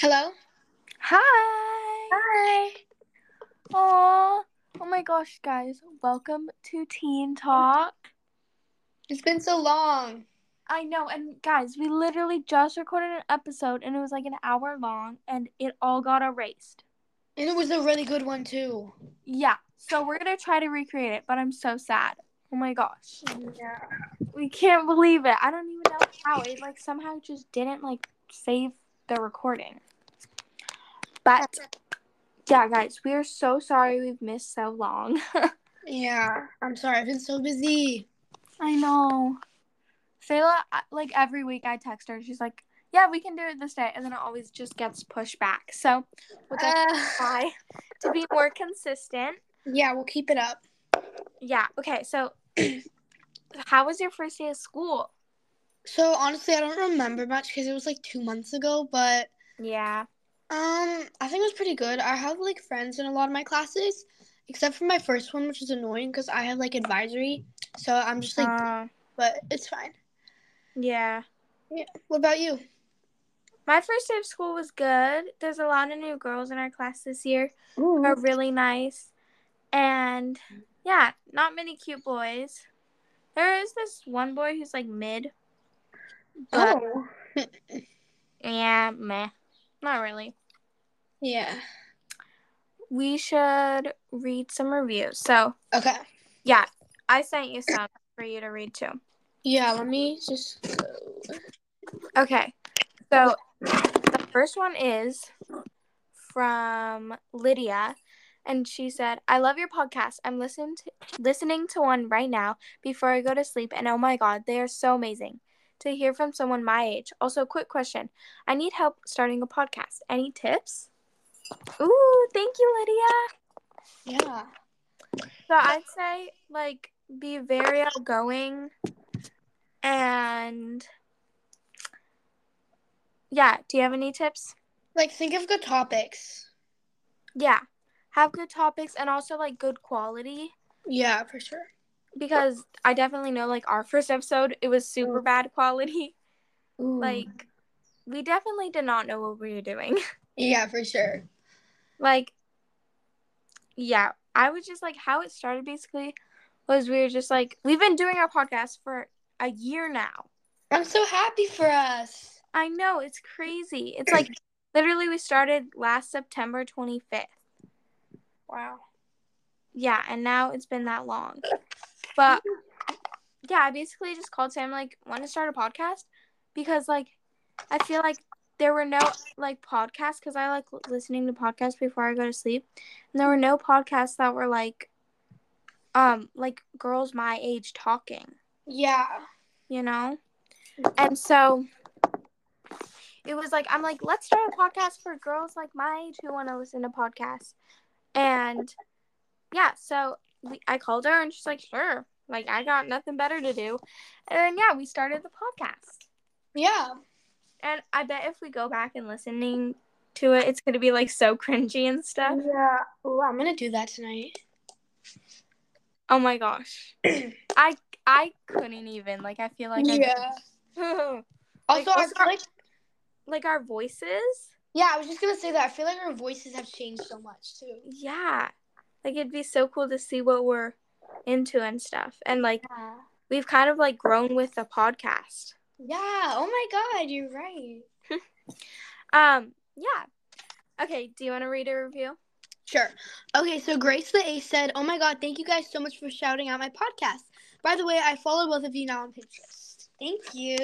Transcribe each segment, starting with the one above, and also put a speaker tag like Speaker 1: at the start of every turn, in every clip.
Speaker 1: Hello.
Speaker 2: Hi.
Speaker 1: Hi.
Speaker 2: Aw. Oh my gosh, guys. Welcome to Teen Talk.
Speaker 1: It's been so long.
Speaker 2: I know, and guys, we literally just recorded an episode and it was like an hour long and it all got erased.
Speaker 1: And it was a really good one too.
Speaker 2: Yeah. So we're gonna try to recreate it, but I'm so sad. Oh my gosh.
Speaker 1: Yeah.
Speaker 2: We can't believe it. I don't even know how. It like somehow just didn't like save the recording. But yeah, guys, we are so sorry we've missed so long.
Speaker 1: Yeah. I'm sorry. I've been so busy.
Speaker 2: I know. Sayla, I- like every week I text her and she's like, yeah, we can do it this day. And then it always just gets pushed back. So we'll definitely
Speaker 1: Uh,
Speaker 2: try to be more consistent.
Speaker 1: yeah, we'll keep it up.
Speaker 2: Yeah. Okay. So how was your first day of school?
Speaker 1: So honestly, I don't remember much because it was like two months ago. But
Speaker 2: Yeah.
Speaker 1: um, I think it was pretty good. I have like friends in a lot of my classes, except for my first one, which is annoying because I had like advisory. So I'm just like,
Speaker 2: Uh,
Speaker 1: but it's fine.
Speaker 2: yeah.
Speaker 1: What about you?
Speaker 2: My first day of school was good. There's a lot of new girls in our class this year who
Speaker 1: Ooh.
Speaker 2: are really nice. And yeah, not many cute boys. There is this one boy who's like mid. But
Speaker 1: Oh.
Speaker 2: Yeah, meh. Not really.
Speaker 1: Yeah.
Speaker 2: We should read some reviews. So,
Speaker 1: Okay.
Speaker 2: yeah, I sent you some for you to read too.
Speaker 1: Yeah. Let me just go.
Speaker 2: Okay. So, the first one is from Lydia. And she said, I love your podcast. I'm listening to, listening to one right now before I go to sleep. And oh my God, they are so amazing to hear from someone my age. Also, quick question I need help starting a podcast. Any tips? Ooh, thank you, Lydia.
Speaker 1: Yeah.
Speaker 2: So I'd say like be very outgoing and yeah, do you have any tips?
Speaker 1: Like think of good topics.
Speaker 2: Yeah. Have good topics and also like good quality
Speaker 1: Yeah, for sure.
Speaker 2: because I definitely know like our first episode it was super bad quality.
Speaker 1: Mm.
Speaker 2: Like we definitely did not know what we were doing.
Speaker 1: yeah, for sure.
Speaker 2: like yeah, I was just like how it started basically was we were just like we've been doing our podcast for a year now.
Speaker 1: I'm so happy for us.
Speaker 2: I know it's crazy. It's like literally we started last September 25th.
Speaker 1: Wow.
Speaker 2: Yeah, and now it's been that long. But yeah, I basically just called Sam like want to start a podcast because like I feel like there were no like podcasts because I like l- listening to podcasts before I go to sleep, and there were no podcasts that were like um like girls my age talking.
Speaker 1: Yeah.
Speaker 2: you know? And so it was like, I'm like, let's start a podcast for girls like my age who want to listen to podcasts. And yeah, so we, I called her and she's like, sure. Like, I got nothing better to do. And then, yeah, we started the podcast.
Speaker 1: Yeah.
Speaker 2: And I bet if we go back and listening to it, it's going to be like so cringy and stuff.
Speaker 1: Yeah. Ooh, I'm gonna do that tonight.
Speaker 2: Oh my gosh. I I couldn't even. Like, I feel like
Speaker 1: yeah.
Speaker 2: I.
Speaker 1: Also,
Speaker 2: Like,
Speaker 1: I
Speaker 2: also-
Speaker 1: feel like
Speaker 2: like, our voices.
Speaker 1: yeah, I was just gonna say that. I feel like our voices have changed so much too.
Speaker 2: Yeah. Like it'd be so cool to see what we're into and stuff. And like
Speaker 1: Yeah.
Speaker 2: we've kind of like grown with the podcast.
Speaker 1: Yeah. Oh my God, you're right.
Speaker 2: Um, yeah. Okay, do you want to read a review?
Speaker 1: Sure. Okay, so Grace the Ace said, "Oh my God, thank you guys so much for shouting out my podcast. By the way, I follow both of you now on Pinterest. Thank you.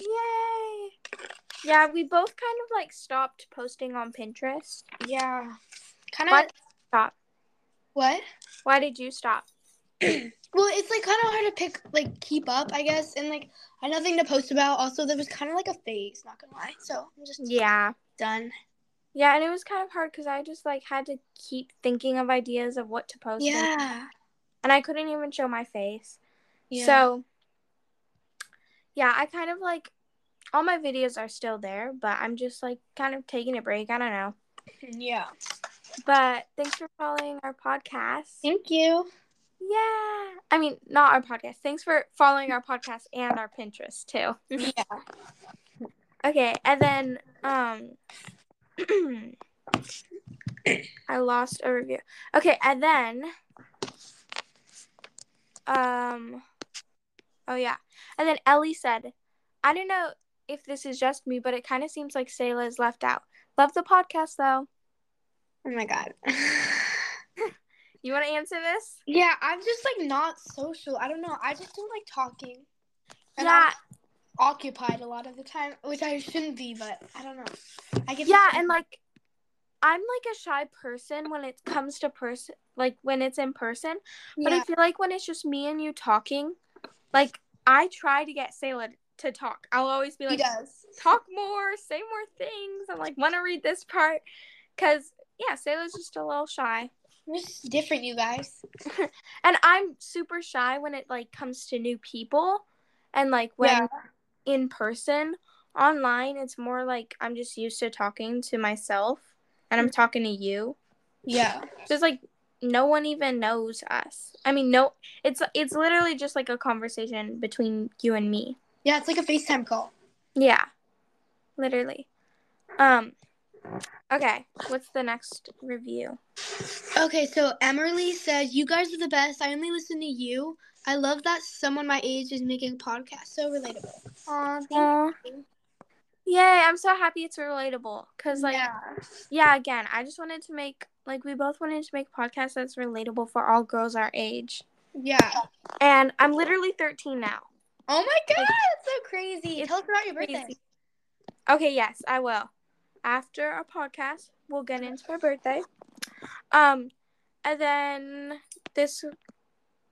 Speaker 2: Yay. Yeah, we both kind of like stopped posting on Pinterest.
Speaker 1: Yeah. Kind
Speaker 2: Why
Speaker 1: of
Speaker 2: stop?
Speaker 1: what?
Speaker 2: Why did you stop?
Speaker 1: Well, it's like kind of hard to pick, like keep up, I guess, and like I had nothing to post about. Also, there was kind of like a phase, not gonna lie. So I'm just
Speaker 2: Yeah.
Speaker 1: done.
Speaker 2: Yeah, and it was kind of hard cuz I just like had to keep thinking of ideas of what to post and-
Speaker 1: Yeah.
Speaker 2: and I couldn't even show my face.
Speaker 1: yeah.
Speaker 2: So, yeah, I kind of like all my videos are still there, but I'm just like kind of taking a break. I don't know.
Speaker 1: yeah.
Speaker 2: But thanks for following our podcast. Yeah.
Speaker 1: Thank you.
Speaker 2: I mean, not our podcast. Thanks for following our podcast and our Pinterest too.
Speaker 1: Yeah.
Speaker 2: Okay. And then um I lost a review. Okay, and then um oh yeah. And then Ellie said, I don't know if this is just me, but it kind of seems like Sayla is left out. Love the podcast though.
Speaker 1: Oh my god.
Speaker 2: You want to answer this?
Speaker 1: yeah, I'm just like not social. I don't know. I just don't like talking. And
Speaker 2: yeah,
Speaker 1: I'm occupied a lot of the time, which I shouldn't be, but I don't know. I get
Speaker 2: yeah, and like I'm like a shy person when it comes to person like when it's in person, but I feel like when it's just me and you talking, like I try to get Sayla to talk. I'll always be
Speaker 1: he
Speaker 2: like
Speaker 1: does.
Speaker 2: talk more, say more things. I'm like want to read this part cuz yeah, Sayla's just a little shy.
Speaker 1: We're just different, you guys.
Speaker 2: And I'm super shy when it like comes to new people and like when
Speaker 1: Yeah.
Speaker 2: in person, online it's more like I'm just used to talking to myself and
Speaker 1: Mm-hmm.
Speaker 2: I'm talking to you.
Speaker 1: Yeah.
Speaker 2: Just like no one even knows us. I mean, no, it's it's literally just like a conversation between you and me.
Speaker 1: Yeah, it's like a FaceTime call.
Speaker 2: Yeah, literally. Um, okay. What's the next review?
Speaker 1: Okay, so Emerly says, You guys are the best. I only listen to you. I love that someone my age is making a podcast. So relatable. Aw, thank
Speaker 2: Aw.
Speaker 1: you.
Speaker 2: Yay! I'm so happy it's relatable. Cause like, yeah.
Speaker 1: yeah.
Speaker 2: again, I just wanted to make like we both wanted to make podcasts that's relatable for all girls our age.
Speaker 1: Yeah.
Speaker 2: And I'm literally 13 now.
Speaker 1: Oh my god, that's so crazy.
Speaker 2: It's
Speaker 1: Tell us about your birthday.
Speaker 2: crazy. Okay, yes, I will. After our podcast, we'll get into my birthday. Um, and then this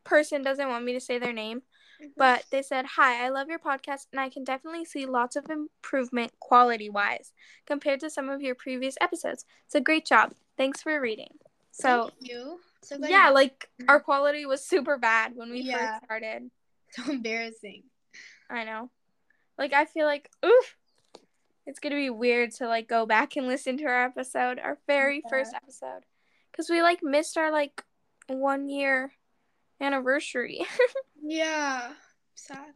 Speaker 2: person doesn't want me to say their name,
Speaker 1: Mm-hmm.
Speaker 2: but they said, "Hi, I love your podcast, and I can definitely see lots of improvement quality-wise compared to some of your previous episodes. So great job! Thanks for reading." So
Speaker 1: Thank you. So glad
Speaker 2: yeah,
Speaker 1: you- Mm-hmm.
Speaker 2: like our quality was super bad when we
Speaker 1: Yeah.
Speaker 2: first started.
Speaker 1: so embarrassing.
Speaker 2: I know. Like I feel like oof. It's gonna be weird to like go back and listen to our episode, our very
Speaker 1: Yeah.
Speaker 2: first episode, because we like missed our like one year anniversary.
Speaker 1: Yeah. Sad.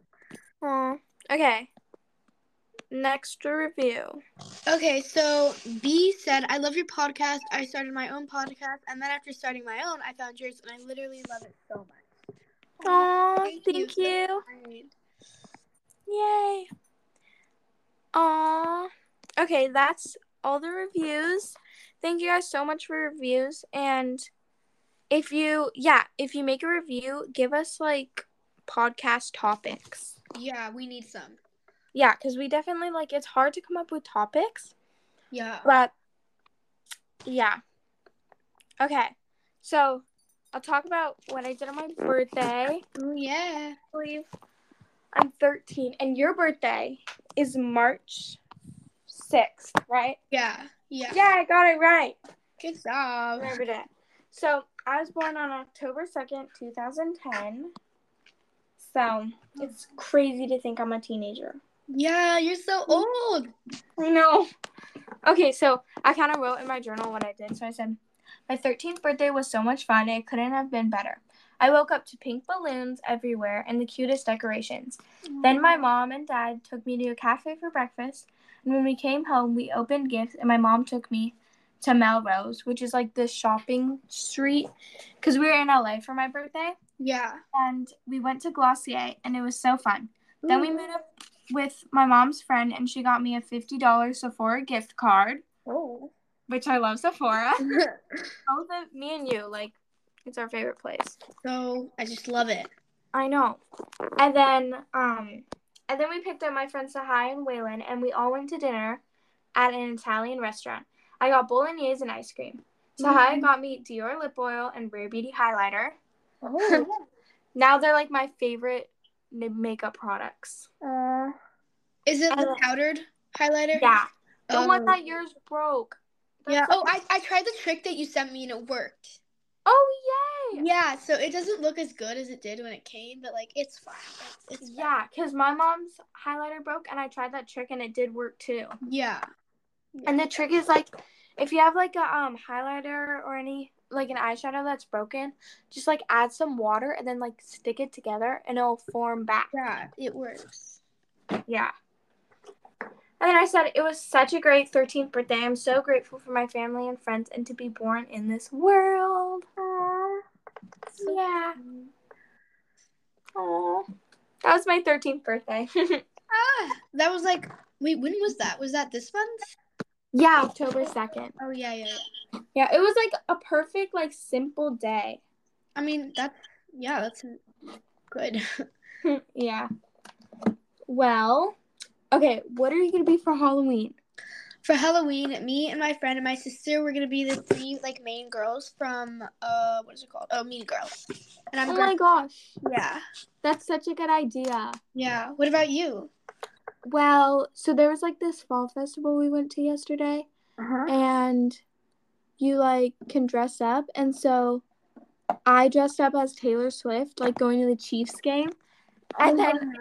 Speaker 2: Aw. Okay. Next review.
Speaker 1: Okay, so B said, I love your podcast. I started my own podcast, and then after starting my own, I found yours, and I literally love it so much.
Speaker 2: Aw,
Speaker 1: Thank
Speaker 2: thank,
Speaker 1: you.
Speaker 2: you.
Speaker 1: Alright.
Speaker 2: Yay. Aw. Okay, that's all the reviews. Thank you guys so much for reviews. And if you, yeah, if you make a review, give us like podcast topics.
Speaker 1: Yeah, we need some.
Speaker 2: Yeah, because we definitely like it's hard to come up with topics,
Speaker 1: Yeah.
Speaker 2: but yeah. Okay, so I'll talk about what I did on my birthday.
Speaker 1: Oh, yeah.
Speaker 2: believe I'm 13, and your birthday is March 6th, right?
Speaker 1: Yeah. Yeah.
Speaker 2: Yeah, I got it right.
Speaker 1: Good
Speaker 2: I
Speaker 1: job.
Speaker 2: remembered it. So I was born on October 2nd, 2010. So it's crazy to think I'm a teenager.
Speaker 1: Yeah, you're so old.
Speaker 2: I know. Okay, so I kind of wrote in my journal what I did. So I said, My 13th birthday was so much fun, it couldn't have been better. I woke up to pink balloons everywhere and the cutest decorations. Then my mom and dad took me to a cafe for breakfast, and when we came home, we opened gifts, and my mom took me to Melrose, which is like the shopping street, because we were in LA for my birthday,
Speaker 1: Yeah.
Speaker 2: and we went to Glossier, and it was so fun. Then we met up with my mom's friend, and she got me a fifty dollars Sephora gift card,
Speaker 1: Oh.
Speaker 2: which I love Sephora. Both of me and you, like, it's our favorite place.
Speaker 1: so I just love it.
Speaker 2: I know. And then um and then we picked up my friends Sahai and Waylon and we all went to dinner at an Italian restaurant. I got bolognese and ice cream.
Speaker 1: Mm-hmm.
Speaker 2: Sahai got me Dior lip oil and Rare Beauty highlighter.
Speaker 1: Oh.
Speaker 2: Now they're like my favorite n- makeup products.
Speaker 1: Is it
Speaker 2: Uh, I
Speaker 1: the
Speaker 2: love-
Speaker 1: powdered highlighter?
Speaker 2: Yeah. The
Speaker 1: Oh.
Speaker 2: one that yours broke. That's
Speaker 1: Yeah.
Speaker 2: like-
Speaker 1: Oh, I, I tried the trick that you sent me and it worked.
Speaker 2: oh yay.
Speaker 1: Yeah, so it doesn't look as good as it did when it came, but like it's fine. It's, it's fine.
Speaker 2: Yeah, because my mom's highlighter broke and I tried that trick and it did work too.
Speaker 1: Yeah.
Speaker 2: And the trick is like, if you have like a um highlighter or any like an eyeshadow that's broken, just like add some water and then like stick it together and it'll form back.
Speaker 1: Yeah, it works.
Speaker 2: Yeah. And then I said, It was such a great 13th birthday. I'm so grateful for my family and friends and to be born in this world. Yeah. Aww. That was my 13th birthday.
Speaker 1: Ah, that was like, wait, when was that? Was that this month?
Speaker 2: yeah, October 2nd.
Speaker 1: Oh, yeah, yeah. yeah.
Speaker 2: Yeah, it was like a perfect, like, simple day.
Speaker 1: I mean, that, yeah, that's good.
Speaker 2: yeah. Well, okay, what are you going to be for Halloween?
Speaker 1: For Halloween, me and my friend and my sister were gonna be the three like main girls from uh what is it called? Oh, Mean Girls. And I'm
Speaker 2: oh
Speaker 1: going
Speaker 2: my gosh,
Speaker 1: yeah,
Speaker 2: that's such a good idea.
Speaker 1: yeah. What about you?
Speaker 2: Well, so there was like this fall festival we went to yesterday,
Speaker 1: Uh-huh.
Speaker 2: and you like can dress up. And so I dressed up as Taylor Swift, like going to the Chiefs game.
Speaker 1: Oh,
Speaker 2: And then,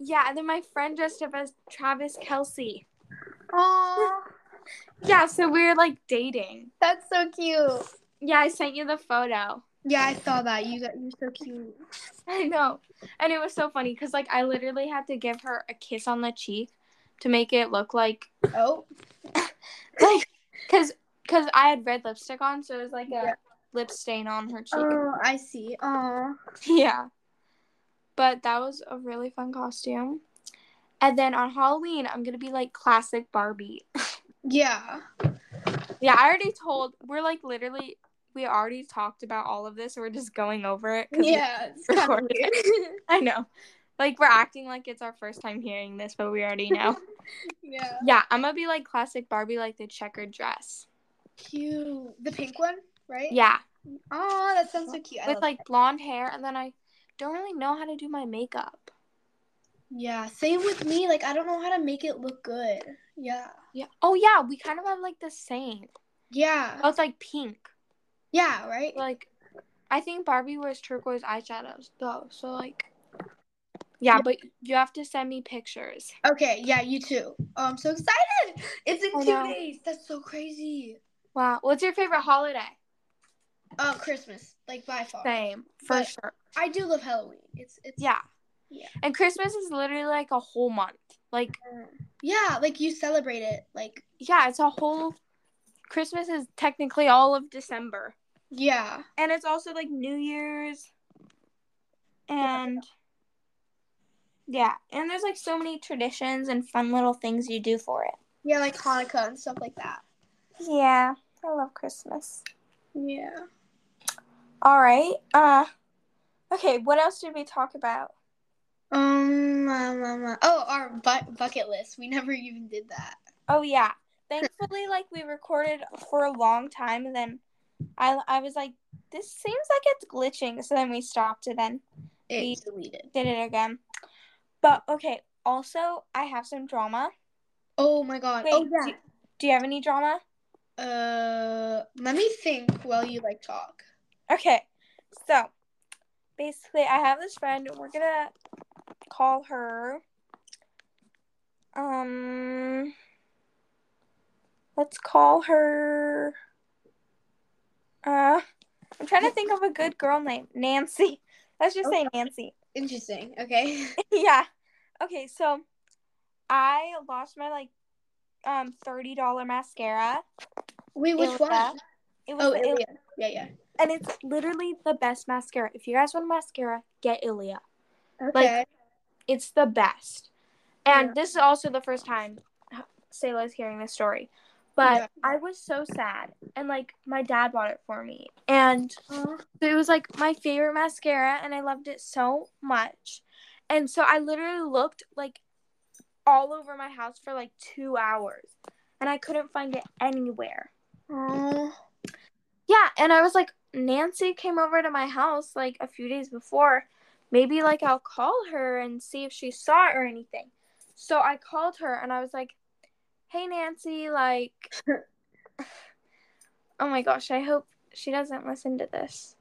Speaker 2: yeah, and then my friend dressed up as Travis Kelsey.
Speaker 1: oh,
Speaker 2: Yeah, so we were like dating.
Speaker 1: that's so cute.
Speaker 2: Yeah, I sent you the photo.
Speaker 1: Yeah, I saw that. You got you're so cute.
Speaker 2: I know. And it was so funny because, like, I literally had to give her a kiss on the cheek to make it look like,
Speaker 1: Oh,
Speaker 2: like, because cause I had red lipstick on, so it was like
Speaker 1: Yeah.
Speaker 2: a lip stain on her cheek.
Speaker 1: oh, I see. Oh,
Speaker 2: Yeah. But that was a really fun costume. And then on Halloween, I'm going to be like classic Barbie.
Speaker 1: yeah.
Speaker 2: Yeah, I already told, we're like literally, we already talked about all of this. We're just going over it. 'cause we-
Speaker 1: Yeah, it's kind of
Speaker 2: recorded.
Speaker 1: weird.
Speaker 2: I know. Like, we're acting like it's our first time hearing this, but we already know.
Speaker 1: yeah,
Speaker 2: yeah, I'm going to be like classic Barbie, like the checkered dress.
Speaker 1: cute. The pink one, right?
Speaker 2: Yeah,
Speaker 1: Oh, that sounds so cute. I
Speaker 2: with
Speaker 1: love
Speaker 2: like blonde hair. And then I don't really know how to do my makeup.
Speaker 1: Yeah, same with me. Like I don't know how to make it look good. Yeah.
Speaker 2: Yeah. Oh, yeah, we kind of have like the same.
Speaker 1: Yeah.
Speaker 2: Both like pink.
Speaker 1: Yeah, right?
Speaker 2: Oh. like I think Barbie wears turquoise eyeshadows though, so like yeah, but you have to send me pictures.
Speaker 1: Okay, yeah, you too. Oh, I'm so excited. It's in
Speaker 2: I
Speaker 1: two
Speaker 2: know.
Speaker 1: days. That's so crazy.
Speaker 2: Wow, what's your favorite holiday?
Speaker 1: Uh Christmas, like by far.
Speaker 2: Same for
Speaker 1: But-
Speaker 2: sure.
Speaker 1: I do love Halloween. It's it's
Speaker 2: Yeah.
Speaker 1: Yeah.
Speaker 2: And Christmas is literally like a whole month. Like
Speaker 1: Yeah, like you celebrate it. Like
Speaker 2: yeah, it's a whole Christmas is technically all of December,
Speaker 1: yeah.
Speaker 2: and it's also like New Year's, and yeah, and there's like so many traditions and fun little things you do for it.
Speaker 1: Yeah, like Hanukkah and stuff like that.
Speaker 2: Yeah, I love Christmas.
Speaker 1: Yeah.
Speaker 2: All right. Uh, okay. What else did we talk about?
Speaker 1: Um, um, um, uh, oh, our bu- bucket list. We never even did that.
Speaker 2: Oh yeah. Thankfully, like we recorded for a long time, and then I I was like, this seems like it's glitching. So then we stopped, and then
Speaker 1: It
Speaker 2: We-
Speaker 1: deleted.
Speaker 2: did it again. But okay. Also, I have some drama.
Speaker 1: Oh my god. oh
Speaker 2: Wait,
Speaker 1: yeah.
Speaker 2: Do, do you have any drama?
Speaker 1: Uh, let me think while you like talk.
Speaker 2: Okay. So basically, I have this friend. We're gonna call her. Um. Let's call her. Uh, I'm trying to think of a good girl name. Nancy. Let's just say Nancy.
Speaker 1: Interesting. Okay.
Speaker 2: yeah. Okay. So, I lost my like, um, thirty dollar mascara.
Speaker 1: Wait, which
Speaker 2: Ilya.
Speaker 1: one?
Speaker 2: It was
Speaker 1: Oh,
Speaker 2: the Il-
Speaker 1: Ilya. Yeah, yeah.
Speaker 2: and it's literally the best mascara. If you guys want mascara, get Ilia.
Speaker 1: Okay.
Speaker 2: It's the best. And
Speaker 1: Yeah.
Speaker 2: this is also the first time Sayla's hearing this story. But
Speaker 1: Yeah.
Speaker 2: I was so sad. And like my dad bought it for me. And it was like my favorite mascara and I loved it so much. And so I literally looked like all over my house for like two hours. And I couldn't find it anywhere.
Speaker 1: Oh.
Speaker 2: Yeah, and I was like, Nancy came over to my house like a few days before. Maybe like I'll call her and see if she saw it or anything. So I called her and I was like, Hey Nancy, like Oh my gosh, I hope she doesn't listen to this.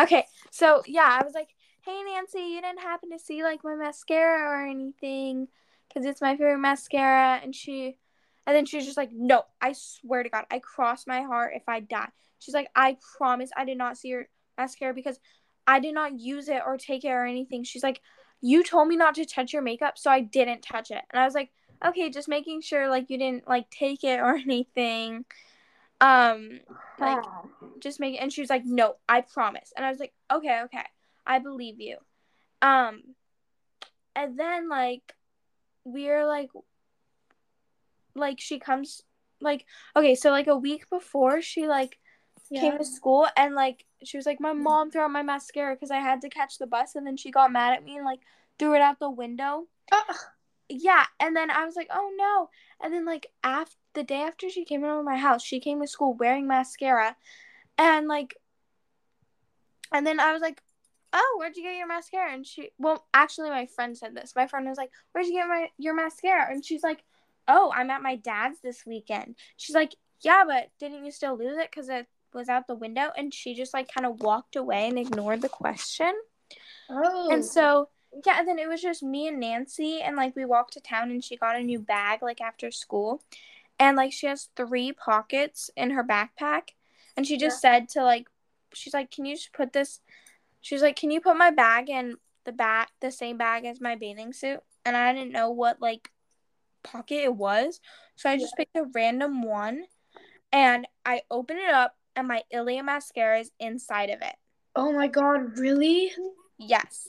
Speaker 2: Okay, so yeah, I was like, Hey Nancy, you didn't happen to see like my mascara or anything because it's my favorite mascara and she and then she was just like, No, I swear to God, I cross my heart if I die. She's like, I promise I did not see your mascara because I did not use it or take it or anything. She's like, You told me not to touch your makeup, so I didn't touch it. And I was like, okay, just making sure like you didn't like take it or anything. Um, like just make and she was like, no, I promise. And I was like, okay, okay, I believe you. Um, and then like we're like, like she comes like okay, so like a week before she like came to school and like she was like my mom threw out my mascara because i had to catch the bus and then she got mad at me and like threw it out the window
Speaker 1: Ah,
Speaker 2: yeah and then i was like oh no and then like after the day after she came over my house she came to school wearing mascara and like and then i was like oh where'd you get your mascara and she well actually my friend said this my friend was like where'd you get my your mascara and she's like oh i'm at my dad's this weekend she's like yeah but didn't you still lose it because it was out the window and she just like kind of walked away and ignored the question
Speaker 1: Oh.
Speaker 2: and so, yeah, and then it was just me and Nancy, and like we walked to town and she got a new bag like after school. And like she has three pockets in her backpack. And she just said to like, she's like, can you just put this? She's like, can you put my bag in the bag, the same bag as my bathing suit? And I didn't know what like pocket it was. So I just picked a random one and I open it up and my Ilia mascara is inside of it.
Speaker 1: oh my god, really?
Speaker 2: Yes.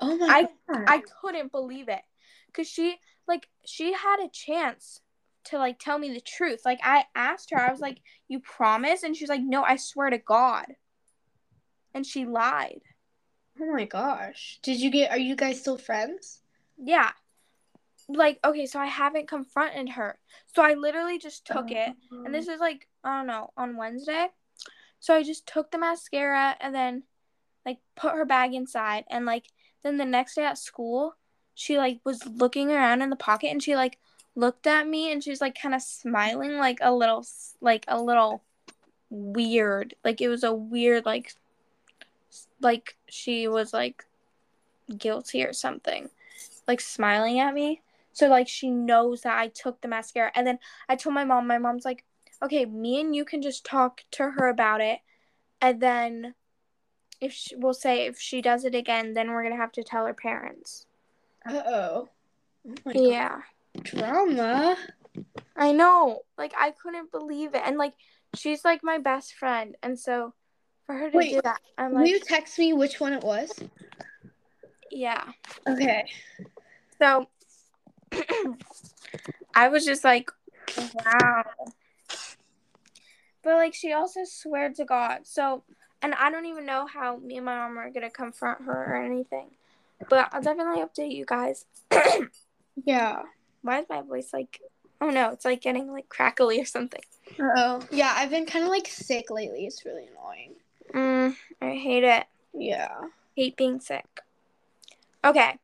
Speaker 1: Oh my
Speaker 2: I couldn't believe it because she like she had a chance to like tell me the truth. Like I asked her, I was like, "You promise?" And she's like, "No, I swear to God." And she lied.
Speaker 1: oh my gosh. Did you get are you guys still friends?
Speaker 2: Yeah. Like okay, so I haven't confronted her. So I literally just took
Speaker 1: Uh-huh.
Speaker 2: it, and this is like I don't know on Wednesday. So I just took the mascara and then like put her bag inside and like then the next day at school she like was looking around in the pocket and she like looked at me and she was like kind of smiling like a little s- like a little weird like it was a weird like s- like she was like guilty or something like smiling at me so like she knows that I took the mascara and then I told my mom my mom's like okay me and you can just talk to her about it and then if she, we'll say if she does it again, then we're gonna have to tell her parents.
Speaker 1: Uh oh. Oh my god.
Speaker 2: Yeah,
Speaker 1: Drama.
Speaker 2: I know. Like I couldn't believe it, and like she's like my best friend, and so for her to
Speaker 1: Wait,
Speaker 2: do that, I'm
Speaker 1: Will
Speaker 2: like,
Speaker 1: you text me which one it was?
Speaker 2: yeah.
Speaker 1: Okay.
Speaker 2: So I was just like, wow. But like she also swear to God. So and I don't even know how me and my mom are gonna confront her or anything. But I'll definitely update you guys.
Speaker 1: Yeah.
Speaker 2: Why is my voice like? Oh no, it's like getting like crackly or something.
Speaker 1: Uh oh. Yeah, I've been kinda like sick lately. It's really annoying.
Speaker 2: Mm, I hate it.
Speaker 1: Yeah.
Speaker 2: Hate being sick. Okay,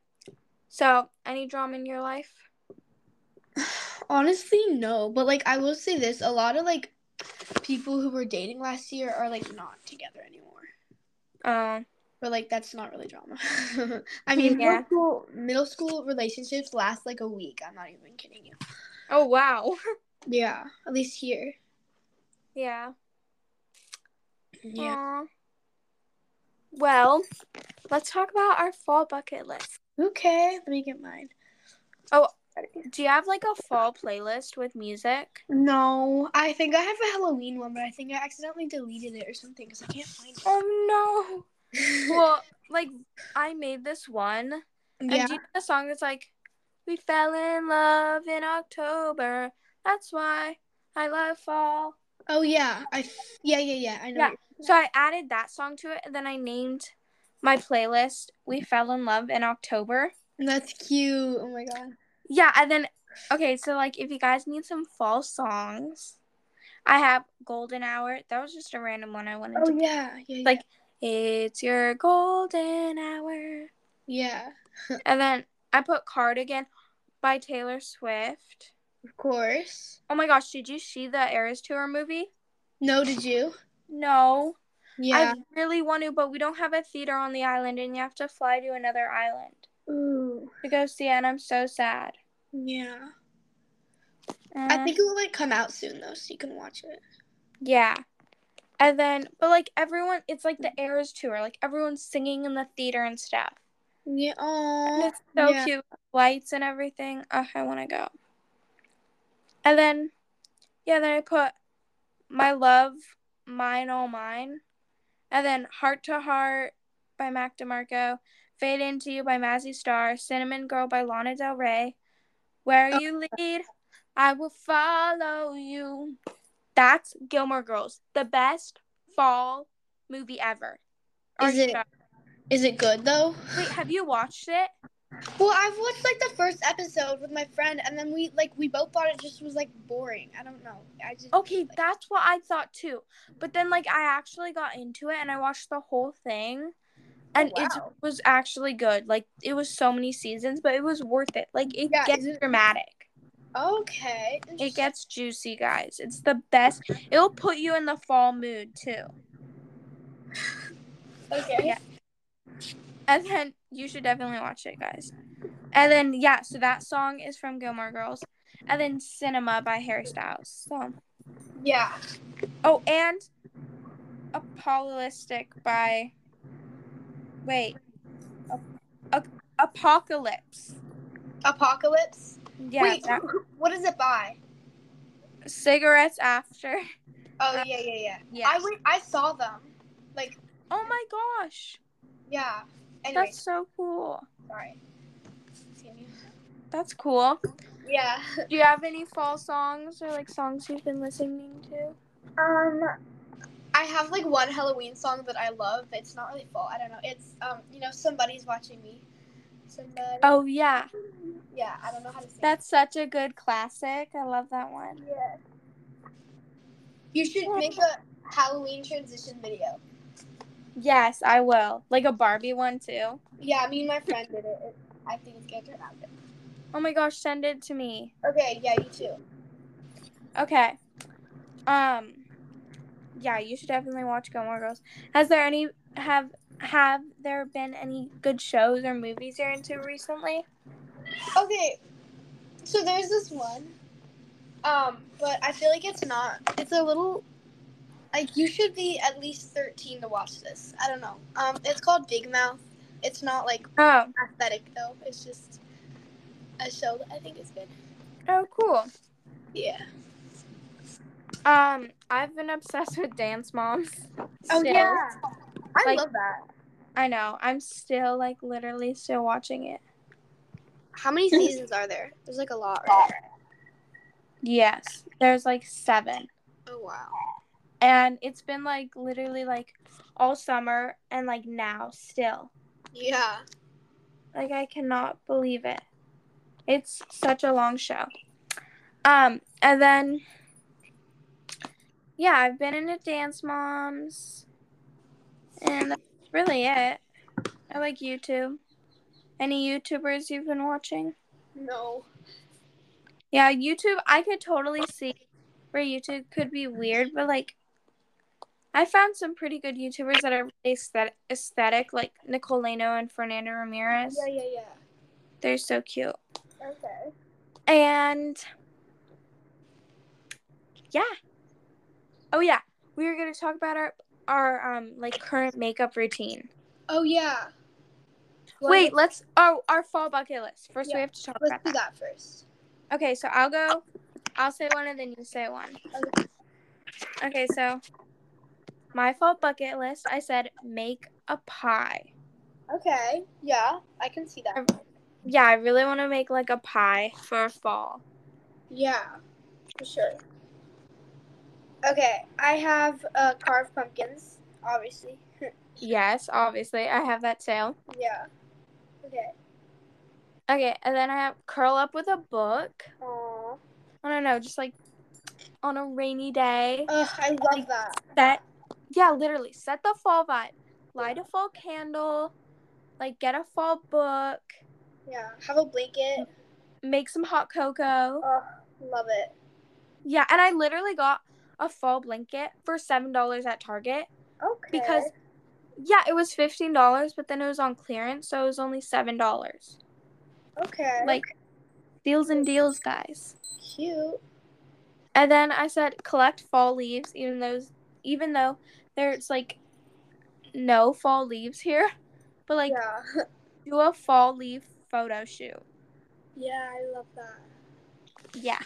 Speaker 2: so any drama in your life?
Speaker 1: Honestly, no. But like, I will say this: a lot of like people who were dating last year are like not together anymore.
Speaker 2: Oh,
Speaker 1: But like, that's not really drama. I mean,
Speaker 2: Yeah.
Speaker 1: middle, school, middle school relationships last like a week. I'm not even kidding you.
Speaker 2: oh wow.
Speaker 1: Yeah, at least here.
Speaker 2: Yeah.
Speaker 1: Yeah.
Speaker 2: Aw. Well, let's talk about our fall bucket list.
Speaker 1: Okay, let me get mine.
Speaker 2: Do you have like a fall playlist with music?
Speaker 1: No, I think I have a Halloween one, but I think I accidentally deleted it or something because I can't find
Speaker 2: Oh
Speaker 1: it.
Speaker 2: no. Well, like I made this one.
Speaker 1: yeah.
Speaker 2: And do you know the song that's like, We fell in love in October. That's why I love fall.
Speaker 1: Oh yeah. I. f- Yeah, yeah, yeah. I know.
Speaker 2: Yeah. So I added that song to it and then I named my playlist We Fell in Love in October.
Speaker 1: That's cute. Oh my god.
Speaker 2: Yeah, and then okay, so like if you guys need some fall songs, I have Golden Hour. That was just a random one I wanted
Speaker 1: Oh
Speaker 2: to
Speaker 1: yeah. Yeah. yeah.
Speaker 2: Like- It's your golden hour.
Speaker 1: yeah.
Speaker 2: And then I put Cardigan by Taylor Swift.
Speaker 1: Of course.
Speaker 2: Oh my gosh, did you see the Eras Tour movie?
Speaker 1: No, did you?
Speaker 2: No.
Speaker 1: Yeah.
Speaker 2: I really want to, but we don't have a theater on the island and you have to fly to another island
Speaker 1: Ooh.
Speaker 2: to go see it, and I'm so sad.
Speaker 1: Yeah.
Speaker 2: Uh,
Speaker 1: I think it will like come out soon though, so you can watch it.
Speaker 2: Yeah. And then, but like everyone, it's like the Eras Tour. Like everyone's singing in the theater and stuff.
Speaker 1: Yeah.
Speaker 2: And
Speaker 1: Aw.
Speaker 2: it's so
Speaker 1: Uh, yeah.
Speaker 2: cute. Lights and everything. Ugh, I want to go. And then, yeah, then I put My Love, Mine, All Mine. And then Heart to Heart by Mac DeMarco, Fade Into You by Mazzy Star, Cinnamon Girl by Lana Del Rey,
Speaker 1: Oh.
Speaker 2: Where You Lead, I Will Follow You. That's Gilmore Girls, the best fall movie ever. Or
Speaker 1: Is it-
Speaker 2: show.
Speaker 1: Is it good though?
Speaker 2: Wait, have you watched it?
Speaker 1: Well, I've watched like the first episode with my friend, and then we like we both thought it just was like boring. I don't know. I just
Speaker 2: Okay, that's what I thought too. But then, like, I actually got into it and I watched the whole thing. And
Speaker 1: Oh, wow.
Speaker 2: it was actually good. Like, it was so many seasons, but it was worth it. Like, it
Speaker 1: Yeah,
Speaker 2: gets
Speaker 1: isn't-
Speaker 2: dramatic.
Speaker 1: okay.
Speaker 2: It gets juicy, guys. It's the best. It'll put you in the fall mood, too.
Speaker 1: okay.
Speaker 2: yeah. And then you should definitely watch it, guys. And then, yeah, so that song is from Gilmore Girls. And then Cinema by Harry Styles. So,
Speaker 1: Yeah.
Speaker 2: oh, and Apollistic by. Wait. Ap- Ap- Apocalypse.
Speaker 1: Apocalypse.
Speaker 2: Yeah.
Speaker 1: Wait,
Speaker 2: that-
Speaker 1: what is it by?
Speaker 2: cigarettes after.
Speaker 1: Oh
Speaker 2: Uh,
Speaker 1: yeah, yeah, yeah.
Speaker 2: Yeah.
Speaker 1: I went, I saw them. Like
Speaker 2: oh my gosh.
Speaker 1: yeah. Anyway,
Speaker 2: That's so cool.
Speaker 1: sorry. Continue.
Speaker 2: That's cool.
Speaker 1: Yeah.
Speaker 2: Do you have any fall songs or like songs you've been listening to?
Speaker 1: Um, I have like one Halloween song that I love. It's not really fall. I don't know. It's um, you know, somebody's watching me. Somebody.
Speaker 2: Oh yeah,
Speaker 1: Yeah, I don't know how to sing.
Speaker 2: that's such a good classic. I love that one.
Speaker 1: yeah. You should make a Halloween transition video.
Speaker 2: Yes, I will. Like a Barbie one too.
Speaker 1: Yeah, me and my friend did it. it I think it's gonna turn out good.
Speaker 2: Oh my gosh, send it to me.
Speaker 1: Okay, yeah, you too.
Speaker 2: Okay. Um yeah, you should definitely watch Gilmore Girls. Has there any have have there been any good shows or movies you're into recently?
Speaker 1: Okay, so there's this one, um, but I feel like it's not. It's a little like you should be at least 13 to watch this. I don't know. Um, it's called Big Mouth. It's not like
Speaker 2: Oh,
Speaker 1: aesthetic though. It's just a show that I think is good.
Speaker 2: oh cool.
Speaker 1: Yeah.
Speaker 2: Um I've been obsessed with Dance Moms.
Speaker 1: Oh,
Speaker 2: still.
Speaker 1: I
Speaker 2: Like-
Speaker 1: love that.
Speaker 2: I know. I'm still like literally still watching it.
Speaker 1: How many seasons are there? There's like a lot. Right?
Speaker 2: Yes. There's like 7.
Speaker 1: Oh wow.
Speaker 2: and it's been like literally like all summer and like now still
Speaker 1: Yeah.
Speaker 2: like i cannot believe it it's such a long show um and then yeah i've been into dance moms and that's really it i like youtube any youtubers you've been watching
Speaker 1: No.
Speaker 2: yeah youtube i could totally see where youtube could be weird but like I found some pretty good YouTubers that are really aesthet- aesthetic, like Nicole Leno and Fernando Ramirez.
Speaker 1: Yeah, yeah, yeah.
Speaker 2: They're so cute.
Speaker 1: Okay.
Speaker 2: And yeah. Oh yeah, we were gonna talk about our our um like current makeup routine.
Speaker 1: Oh yeah.
Speaker 2: Wait, let's oh our fall bucket list. First,
Speaker 1: Yeah,
Speaker 2: we have to talk
Speaker 1: let's
Speaker 2: about
Speaker 1: do
Speaker 2: that.
Speaker 1: that first.
Speaker 2: Okay, so I'll go. I'll say one and then you say one.
Speaker 1: Okay.
Speaker 2: Okay, so my fall bucket list. I said make a pie.
Speaker 1: Okay. Yeah, I can see that.
Speaker 2: Yeah, I really want to make like a pie for fall.
Speaker 1: Yeah, for sure. Okay, I have uh, carved pumpkins, obviously.
Speaker 2: Yes, obviously. I have that sale.
Speaker 1: yeah. Okay.
Speaker 2: Okay, and then I have curl up with a book.
Speaker 1: Aww.
Speaker 2: I don't know, just like on a rainy day.
Speaker 1: Ugh, I love that.
Speaker 2: Set yeah, literally set the fall vibe. Light a fall candle, like get a fall book,
Speaker 1: Yeah. Have a blanket.
Speaker 2: make some hot cocoa.
Speaker 1: Ugh, love it.
Speaker 2: Yeah, and I literally got a fall blanket for seven dollars at Target
Speaker 1: Okay.
Speaker 2: because yeah, it was fifteen dollars, but then it was on clearance, so it was only seven dollars.
Speaker 1: okay,
Speaker 2: Like deals and deals, guys.
Speaker 1: cute.
Speaker 2: And then I said collect fall leaves, even those, even though there's like no fall leaves here, but like
Speaker 1: yeah.
Speaker 2: do a fall leaf photo shoot.
Speaker 1: Yeah, I love that.
Speaker 2: Yeah.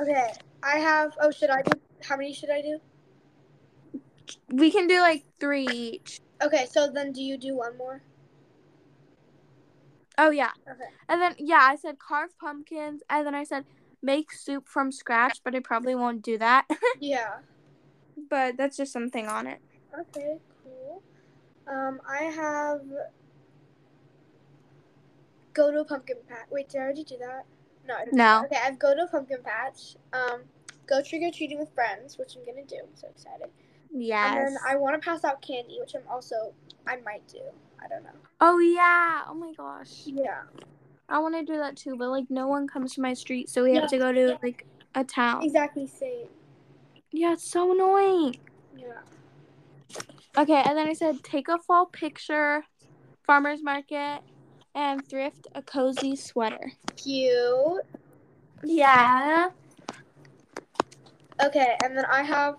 Speaker 1: Okay, I have. Oh, should I do? How many should I do?
Speaker 2: We can do like three each.
Speaker 1: Okay, so then do you do one more?
Speaker 2: Oh yeah.
Speaker 1: Okay.
Speaker 2: And then yeah, I said carve pumpkins, and then I said make soup from scratch, but I probably won't do that.
Speaker 1: Yeah.
Speaker 2: but that's just something on it.
Speaker 1: Okay, cool. Um, I have go to a pumpkin patch. Wait, did I already do that? No. I didn't.
Speaker 2: No.
Speaker 1: Okay, I've go to a pumpkin patch. Um, go trick or treating with friends, which I'm gonna do. I'm so excited.
Speaker 2: Yes.
Speaker 1: And then I want to pass out candy, which I'm also I might do. I don't know.
Speaker 2: oh yeah. Oh my gosh.
Speaker 1: Yeah.
Speaker 2: I want to do that too, but like no one comes to my street, so we have to go to like a town.
Speaker 1: Exactly same.
Speaker 2: Yeah, it's so annoying.
Speaker 1: Yeah.
Speaker 2: Okay, and then I said take a fall picture, farmers market, and thrift a cozy sweater.
Speaker 1: Cute.
Speaker 2: Yeah.
Speaker 1: Okay, and then I have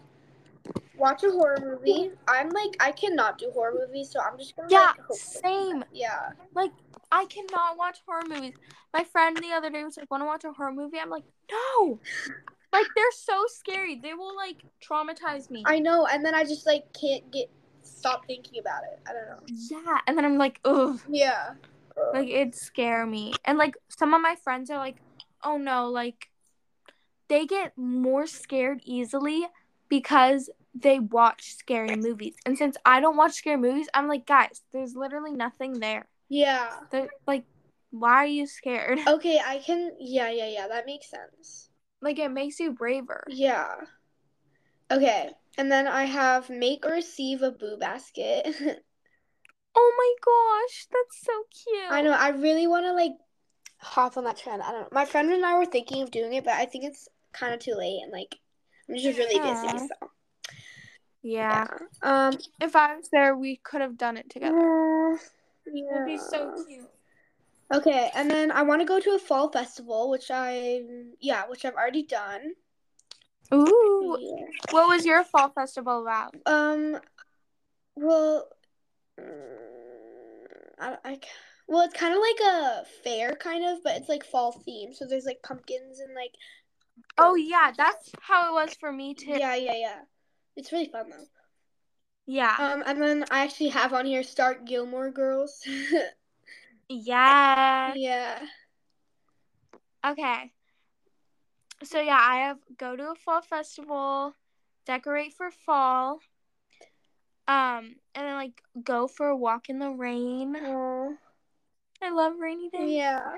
Speaker 1: watch a horror movie. I'm like I cannot do horror movies, so I'm just gonna
Speaker 2: Yeah,
Speaker 1: like, hope-
Speaker 2: same.
Speaker 1: Yeah.
Speaker 2: I cannot watch horror movies. My friend the other day was like, "Want to watch a horror movie?" I'm like, "No." Like they're so scary. They will like traumatize me.
Speaker 1: I know, and then I just like can't get stop thinking about it. I don't know.
Speaker 2: yeah, and then I'm like, "Ugh."
Speaker 1: Yeah.
Speaker 2: Like it scare me. And like some of my friends are like, "Oh no, like they get more scared easily because they watch scary movies." And since I don't watch scary movies, I'm like, "Guys, there's literally nothing there."
Speaker 1: yeah.
Speaker 2: They're like, "Why are you scared?"
Speaker 1: Okay, I can. Yeah, yeah, yeah. That makes sense.
Speaker 2: Like it makes you braver.
Speaker 1: Yeah. Okay, and then I have make or receive a boo basket.
Speaker 2: Oh my gosh, that's so cute.
Speaker 1: I know. I really want to like hop on that trend. I don't know. My friend and I were thinking of doing it, but I think it's kind of too late, and like I'm just really busy.
Speaker 2: Yeah.
Speaker 1: So
Speaker 2: Yeah.
Speaker 1: yeah. Um. uh,
Speaker 2: If I was there, we could have done it together.
Speaker 1: Yeah.
Speaker 2: It'd be so cute.
Speaker 1: Okay, and then I want to go to a fall festival, which I yeah, which I've already done.
Speaker 2: Ooh. What was your fall festival about?
Speaker 1: Um, well, mm, I, I ca- well, it's kind of like a fair, kind of, but it's like fall themed. So there's like pumpkins and like
Speaker 2: Oh yeah, that's how it was for me too.
Speaker 1: yeah, yeah, yeah. It's really fun though.
Speaker 2: Yeah.
Speaker 1: Um, and then I actually have on here Start Gilmore Girls.
Speaker 2: Yeah.
Speaker 1: yeah.
Speaker 2: Okay. So yeah, I have go to a fall festival, decorate for fall. Um, and then like go for a walk in the rain.
Speaker 1: Aw,
Speaker 2: I love rainy days.
Speaker 1: Yeah.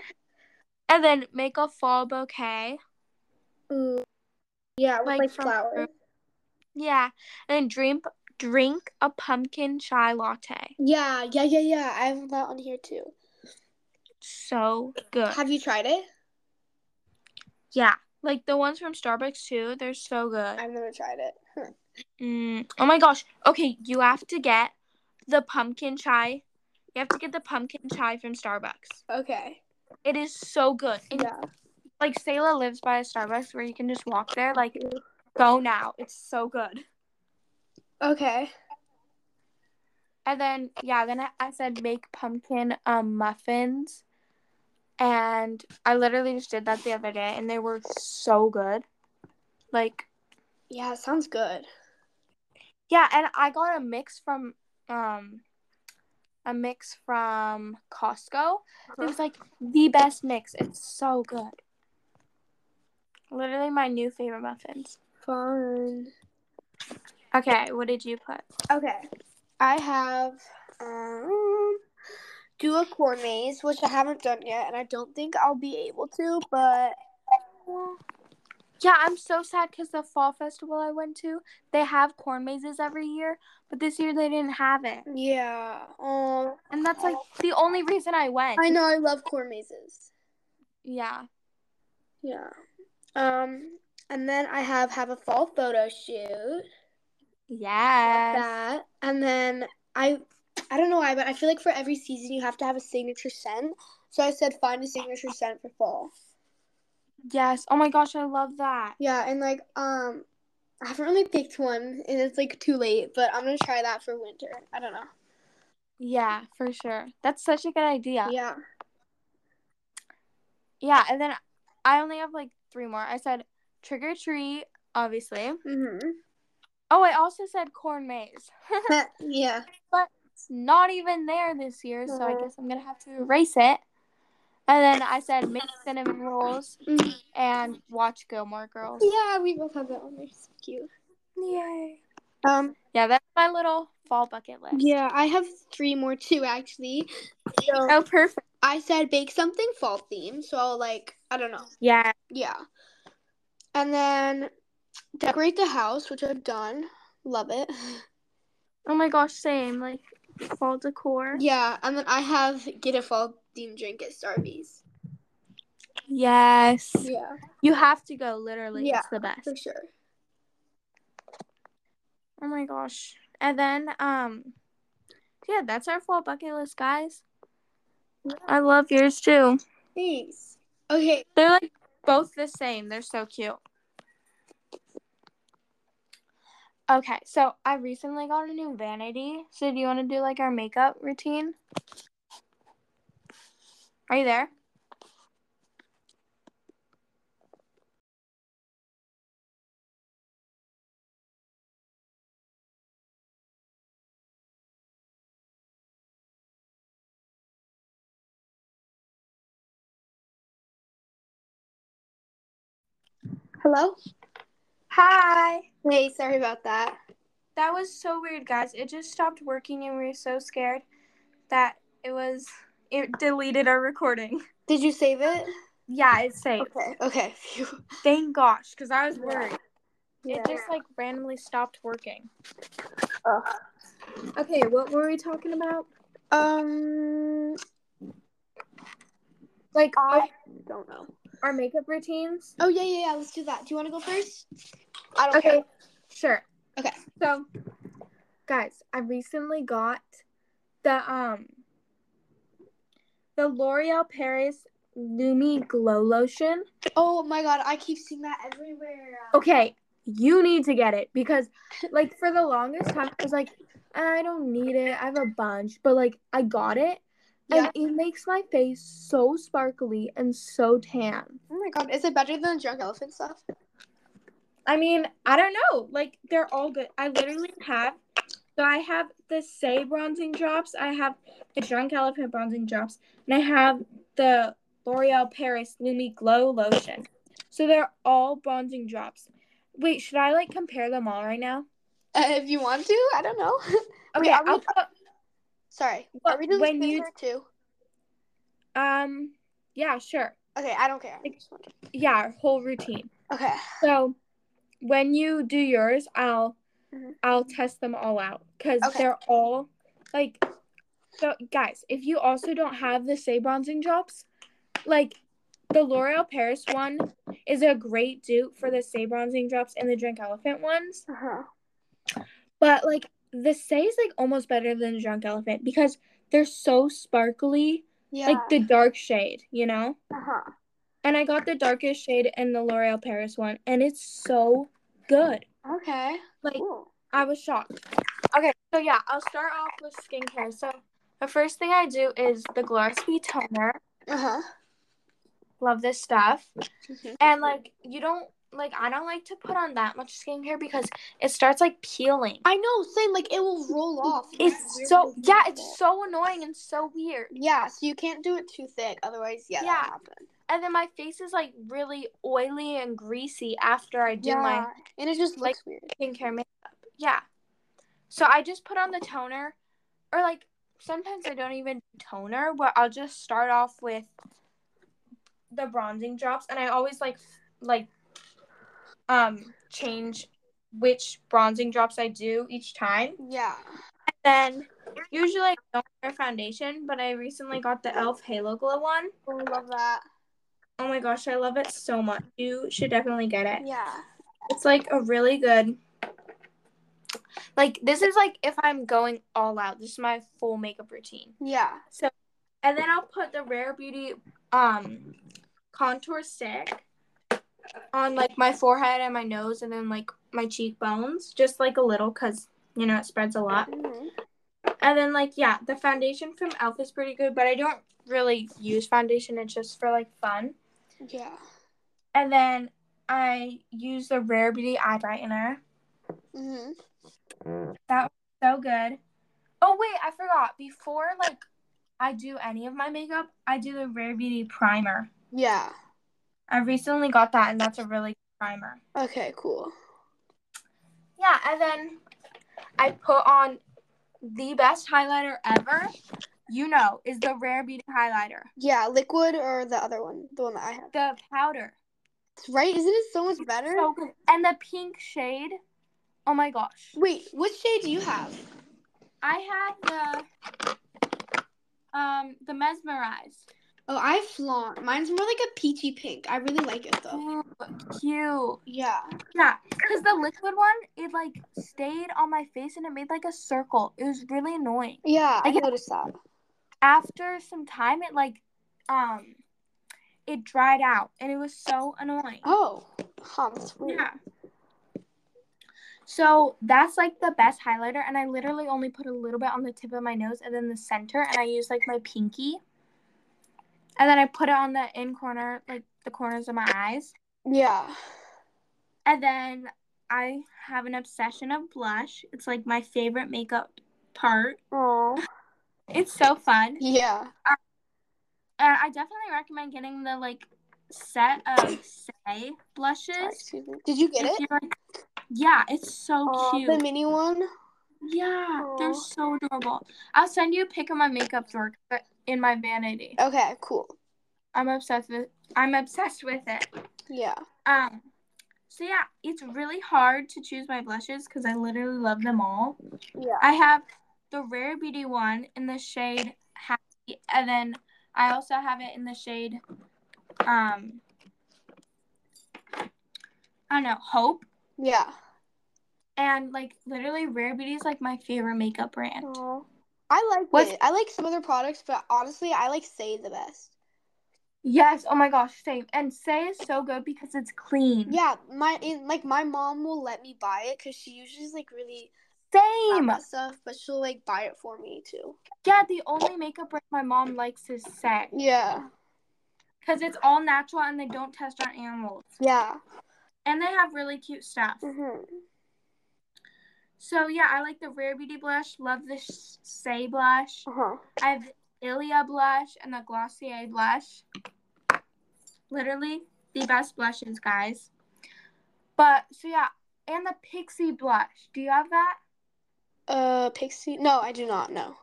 Speaker 2: And then make a fall bouquet.
Speaker 1: Ooh. Yeah, with
Speaker 2: Like
Speaker 1: like,
Speaker 2: from
Speaker 1: flowers.
Speaker 2: Yeah, and drink drink a pumpkin chai latte.
Speaker 1: Yeah, yeah, yeah, yeah. I have that on here too.
Speaker 2: So good.
Speaker 1: Have you tried it?
Speaker 2: Yeah, like the ones from Starbucks too. They're so good.
Speaker 1: I've never tried it. Huh.
Speaker 2: Mm. Oh my gosh. Okay, you have to get the pumpkin chai. You have to get the pumpkin chai from Starbucks.
Speaker 1: Okay.
Speaker 2: It is so good. And,
Speaker 1: Yeah.
Speaker 2: Like Selah lives by a Starbucks where you can just walk there. Like go now. It's so good.
Speaker 1: Okay.
Speaker 2: And then yeah, then I, I said make pumpkin um muffins. And I literally just did that the other day and they were so good. Like
Speaker 1: Yeah, it sounds good.
Speaker 2: yeah, and I got a mix from um a mix from Costco. It was like the best mix. It's so good. Literally my new favorite muffins.
Speaker 1: Fun.
Speaker 2: Okay, what did you put?
Speaker 1: Okay. I have um do a corn maze, which I haven't done yet, and I don't think I'll be able to, but
Speaker 2: Yeah, I'm so sad because the fall festival I went to, they have corn mazes every year, but this year they didn't have it.
Speaker 1: yeah. Um
Speaker 2: And that's like the only reason I went.
Speaker 1: I know I love corn mazes.
Speaker 2: Yeah.
Speaker 1: Yeah. Um and then I have have a fall photo shoot.
Speaker 2: Yes.
Speaker 1: that. And then I I don't know why, but I feel like for every season you have to have a signature scent. So I said find a signature scent for fall.
Speaker 2: Yes. Oh my gosh, I love that.
Speaker 1: Yeah, and like um I haven't really picked one and it's like too late, but I'm gonna try that for winter. I don't know.
Speaker 2: Yeah, for sure. That's such a good idea.
Speaker 1: Yeah.
Speaker 2: Yeah, yeah and then I only have like three more. I said trick or treat, obviously.
Speaker 1: Mm-hmm.
Speaker 2: Oh, I also said corn maze.
Speaker 1: yeah.
Speaker 2: It's not even there this year, so I
Speaker 1: Mhm.
Speaker 2: guess I'm gonna have to erase it. And then I said mixed cinnamon rolls
Speaker 1: Mhm.
Speaker 2: and watch Gilmore Girls.
Speaker 1: Yeah, we both have that on there. It's cute.
Speaker 2: Yay.
Speaker 1: Um,
Speaker 2: Yeah, that's my little fall bucket list.
Speaker 1: yeah, I have three more too, actually. So
Speaker 2: Oh, perfect.
Speaker 1: I said bake something fall themed, so I'll like I don't know,
Speaker 2: Yeah.
Speaker 1: yeah. And then decorate the house, which I've done. Love it.
Speaker 2: Oh my gosh, same. Like fall decor.
Speaker 1: Yeah, and then I have get a fall themed drink at Starbucks.
Speaker 2: Yes.
Speaker 1: Yeah,
Speaker 2: You have to go, literally.
Speaker 1: Yeah.
Speaker 2: It's the best.
Speaker 1: for sure.
Speaker 2: Oh my gosh. And then um yeah, that's our fall bucket list, guys. I love yours too.
Speaker 1: Thanks. Okay.
Speaker 2: They're like both the same. They're so cute. Okay, so I recently got a new vanity. So do you want to do like our makeup routine? Are you there?
Speaker 1: Hello.
Speaker 2: Hi.
Speaker 1: Hey, sorry about that.
Speaker 2: That was so weird, guys. It just stopped working and we were so scared that it was it deleted our recording.
Speaker 1: Did you save it?
Speaker 2: Yeah, it's safe.
Speaker 1: Okay. Okay. Phew.
Speaker 2: Thank gosh, because I was
Speaker 1: Yeah.
Speaker 2: worried. It just like randomly stopped working.
Speaker 1: Ugh.
Speaker 2: Okay, what were we talking about?
Speaker 1: um.
Speaker 2: Like our,
Speaker 1: Don't know.
Speaker 2: our makeup routines?
Speaker 1: Oh yeah, yeah, yeah. Let's do that. Do you want to go first? I don't
Speaker 2: Okay,
Speaker 1: care.
Speaker 2: sure.
Speaker 1: Okay.
Speaker 2: So, guys, I recently got the um the L'Oreal Paris Lumi Glow Lotion.
Speaker 1: Oh my god, I keep seeing that everywhere.
Speaker 2: Okay, you need to get it because, like, for the longest time, I was like, I don't need it. I have a bunch, but like, I got it, and it makes my face so sparkly and so tan.
Speaker 1: Oh my god, is it better than drunk elephant stuff?
Speaker 2: I mean, I don't know. Like they're all good. I literally have so I have the Say bronzing drops, I have the Drunk Elephant bronzing drops, and I have the L'Oreal Paris Lumi Glow lotion. So they're all bronzing drops. Wait, should I like compare them all right now?
Speaker 1: Uh, if you want to, I don't know.
Speaker 2: Okay,
Speaker 1: are we-
Speaker 2: I'll put
Speaker 1: Sorry.
Speaker 2: But
Speaker 1: Are we doing
Speaker 2: when
Speaker 1: this
Speaker 2: you-
Speaker 1: paper too?
Speaker 2: um yeah, sure.
Speaker 1: Okay, I don't care. I'm just wondering.
Speaker 2: Yeah, our whole routine.
Speaker 1: Okay.
Speaker 2: So when you do yours, I'll
Speaker 1: Mhm.
Speaker 2: I'll test them all out because
Speaker 1: Okay.
Speaker 2: they're all like so guys, if you also don't have the say bronzing drops, like the L'Oreal Paris one is a great dupe for the say bronzing drops and the drink elephant ones.
Speaker 1: Uh-huh.
Speaker 2: But like the say is like almost better than the drunk elephant because they're so sparkly,
Speaker 1: Yeah.
Speaker 2: like the dark shade, you know?
Speaker 1: uh-huh.
Speaker 2: And I got the darkest shade in the L'Oreal Paris one and it's so good.
Speaker 1: Okay.
Speaker 2: Like-
Speaker 1: Cool.
Speaker 2: I was shocked. Okay, so yeah, I'll start off with skincare. So the first thing I do is the Glossy toner.
Speaker 1: Uh-huh.
Speaker 2: Love this stuff.
Speaker 1: Mhm.
Speaker 2: And like you don't like I don't like to put on that much skincare because it starts like peeling.
Speaker 1: I know, same like it will roll off.
Speaker 2: It's
Speaker 1: Weird
Speaker 2: so
Speaker 1: movement
Speaker 2: yeah,
Speaker 1: of
Speaker 2: it's
Speaker 1: it.
Speaker 2: so annoying and so weird.
Speaker 1: Yeah, so you can't do it too thick, otherwise yeah,
Speaker 2: Yeah.
Speaker 1: that happened.
Speaker 2: And then my face is like really oily and greasy after I do my
Speaker 1: And it just
Speaker 2: like-
Speaker 1: looks weird.
Speaker 2: skincare makeup. Yeah. So I just put on the toner, or like sometimes I don't even do toner, but I'll just start off with the bronzing drops, and I always like like um change which bronzing drops I do each time.
Speaker 1: Yeah.
Speaker 2: Then usually I don't wear foundation, but I recently got the Elf Halo Glow one.
Speaker 1: I love that.
Speaker 2: Oh my gosh, I love it so much. You should definitely get it.
Speaker 1: Yeah.
Speaker 2: It's like a really good. Like this is like if I'm going all out. This is my full makeup routine.
Speaker 1: Yeah.
Speaker 2: And then I'll put the Rare Beauty um contour stick on like my forehead and my nose and then like my cheekbones, just like a little cuz you know it spreads a lot.
Speaker 1: Mhm.
Speaker 2: And then like yeah, the foundation from e.l.f. is pretty good, but I don't really use foundation. It's just for like fun.
Speaker 1: Yeah.
Speaker 2: And then I used the Rare Beauty Eye Brightener.
Speaker 1: hmm
Speaker 2: So good. Oh wait, I forgot. Before like I do any of my makeup, I do the Rare Beauty primer.
Speaker 1: Yeah.
Speaker 2: I recently got that and that's a really good primer.
Speaker 1: Okay, cool.
Speaker 2: Yeah, and then I put on the best highlighter ever. You know, is the Rare Beauty highlighter.
Speaker 1: Yeah, liquid or the other one, the one that I have.
Speaker 2: The powder.
Speaker 1: Right? Isn't it so much better?
Speaker 2: So good. And the pink shade. Oh my gosh.
Speaker 1: Wait, which shade do you have?
Speaker 2: I had the um the mesmerized.
Speaker 1: Oh, I have flaunt. Mine's more like a peachy pink. I really like it though.
Speaker 2: Ooh, cute.
Speaker 1: Yeah.
Speaker 2: Yeah, because the liquid one, it like stayed on my face and it made like a circle. It was really annoying.
Speaker 1: Yeah, I
Speaker 2: I get-
Speaker 1: noticed that.
Speaker 2: After some time, it like, um, it dried out and it was so annoying.
Speaker 1: Oh, huh, that's weird.
Speaker 2: Yeah. So that's like the best highlighter, and I literally only put a little bit on the tip of my nose and then the center, and I use like my pinky, and then I put it on the in corner, like the corners of my eyes,
Speaker 1: Yeah.
Speaker 2: and then I have an obsession of blush. It's like my favorite makeup part.
Speaker 1: Oh.
Speaker 2: It's so fun,
Speaker 1: Yeah.
Speaker 2: and I definitely recommend getting the like set of say
Speaker 1: Sorry,
Speaker 2: blushes.
Speaker 1: excuse me. Did you get
Speaker 2: If
Speaker 1: it?
Speaker 2: you're, like- yeah, it's so
Speaker 1: Aw,
Speaker 2: cute.
Speaker 1: the mini one.
Speaker 2: Yeah,
Speaker 1: Aw.
Speaker 2: they're so adorable. I'll send you a pic of my makeup drawer 'cause I- in my vanity.
Speaker 1: Okay, cool.
Speaker 2: I'm obsessed with I'm obsessed with it.
Speaker 1: Yeah.
Speaker 2: Um so yeah, it's really hard to choose my blushes cuz I literally love them all.
Speaker 1: Yeah.
Speaker 2: I have the Rare Beauty one in the shade Happy and then I also have it in the shade um I don't know, Hope
Speaker 1: Yeah.
Speaker 2: and like literally Rare Beauty is like my favorite makeup brand.
Speaker 1: Oh. I like
Speaker 2: What's-
Speaker 1: it. I like some other products, but honestly, I like Say the best.
Speaker 2: Yes. Oh my gosh. Same. And Say is so good because it's clean.
Speaker 1: Yeah, my in, like my mom will let me buy it because she usually is like really
Speaker 2: Same.
Speaker 1: about stuff, but she'll like buy it for me too.
Speaker 2: Yeah. The only makeup brand my mom likes is Say
Speaker 1: Yeah.
Speaker 2: because it's all natural and they don't test on animals.
Speaker 1: Yeah.
Speaker 2: And they have really cute stuff.
Speaker 1: hmm
Speaker 2: So yeah, I like the Rare Beauty blush. Love the Sh- Say blush.
Speaker 1: Uh huh.
Speaker 2: I have Ilia blush and the Glossier blush. Literally the best blushes, guys. But so yeah, and the Pixie blush. Do you have that?
Speaker 1: Uh, Pixie? No, I do not know.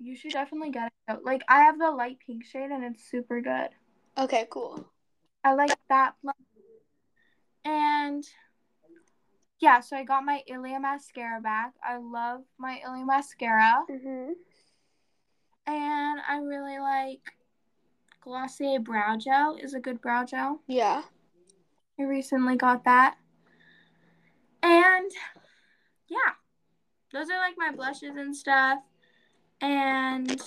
Speaker 2: You should definitely get it. Though. Like I have the light pink shade and it's super good.
Speaker 1: Okay, cool.
Speaker 2: I like that blush. And yeah, so I got my Ilia mascara back. I love my Ilia mascara.
Speaker 1: Mhm.
Speaker 2: And I really like Glossier Brow Gel is a good brow gel.
Speaker 1: Yeah.
Speaker 2: I recently got that. And yeah. Those are like my blushes and stuff. And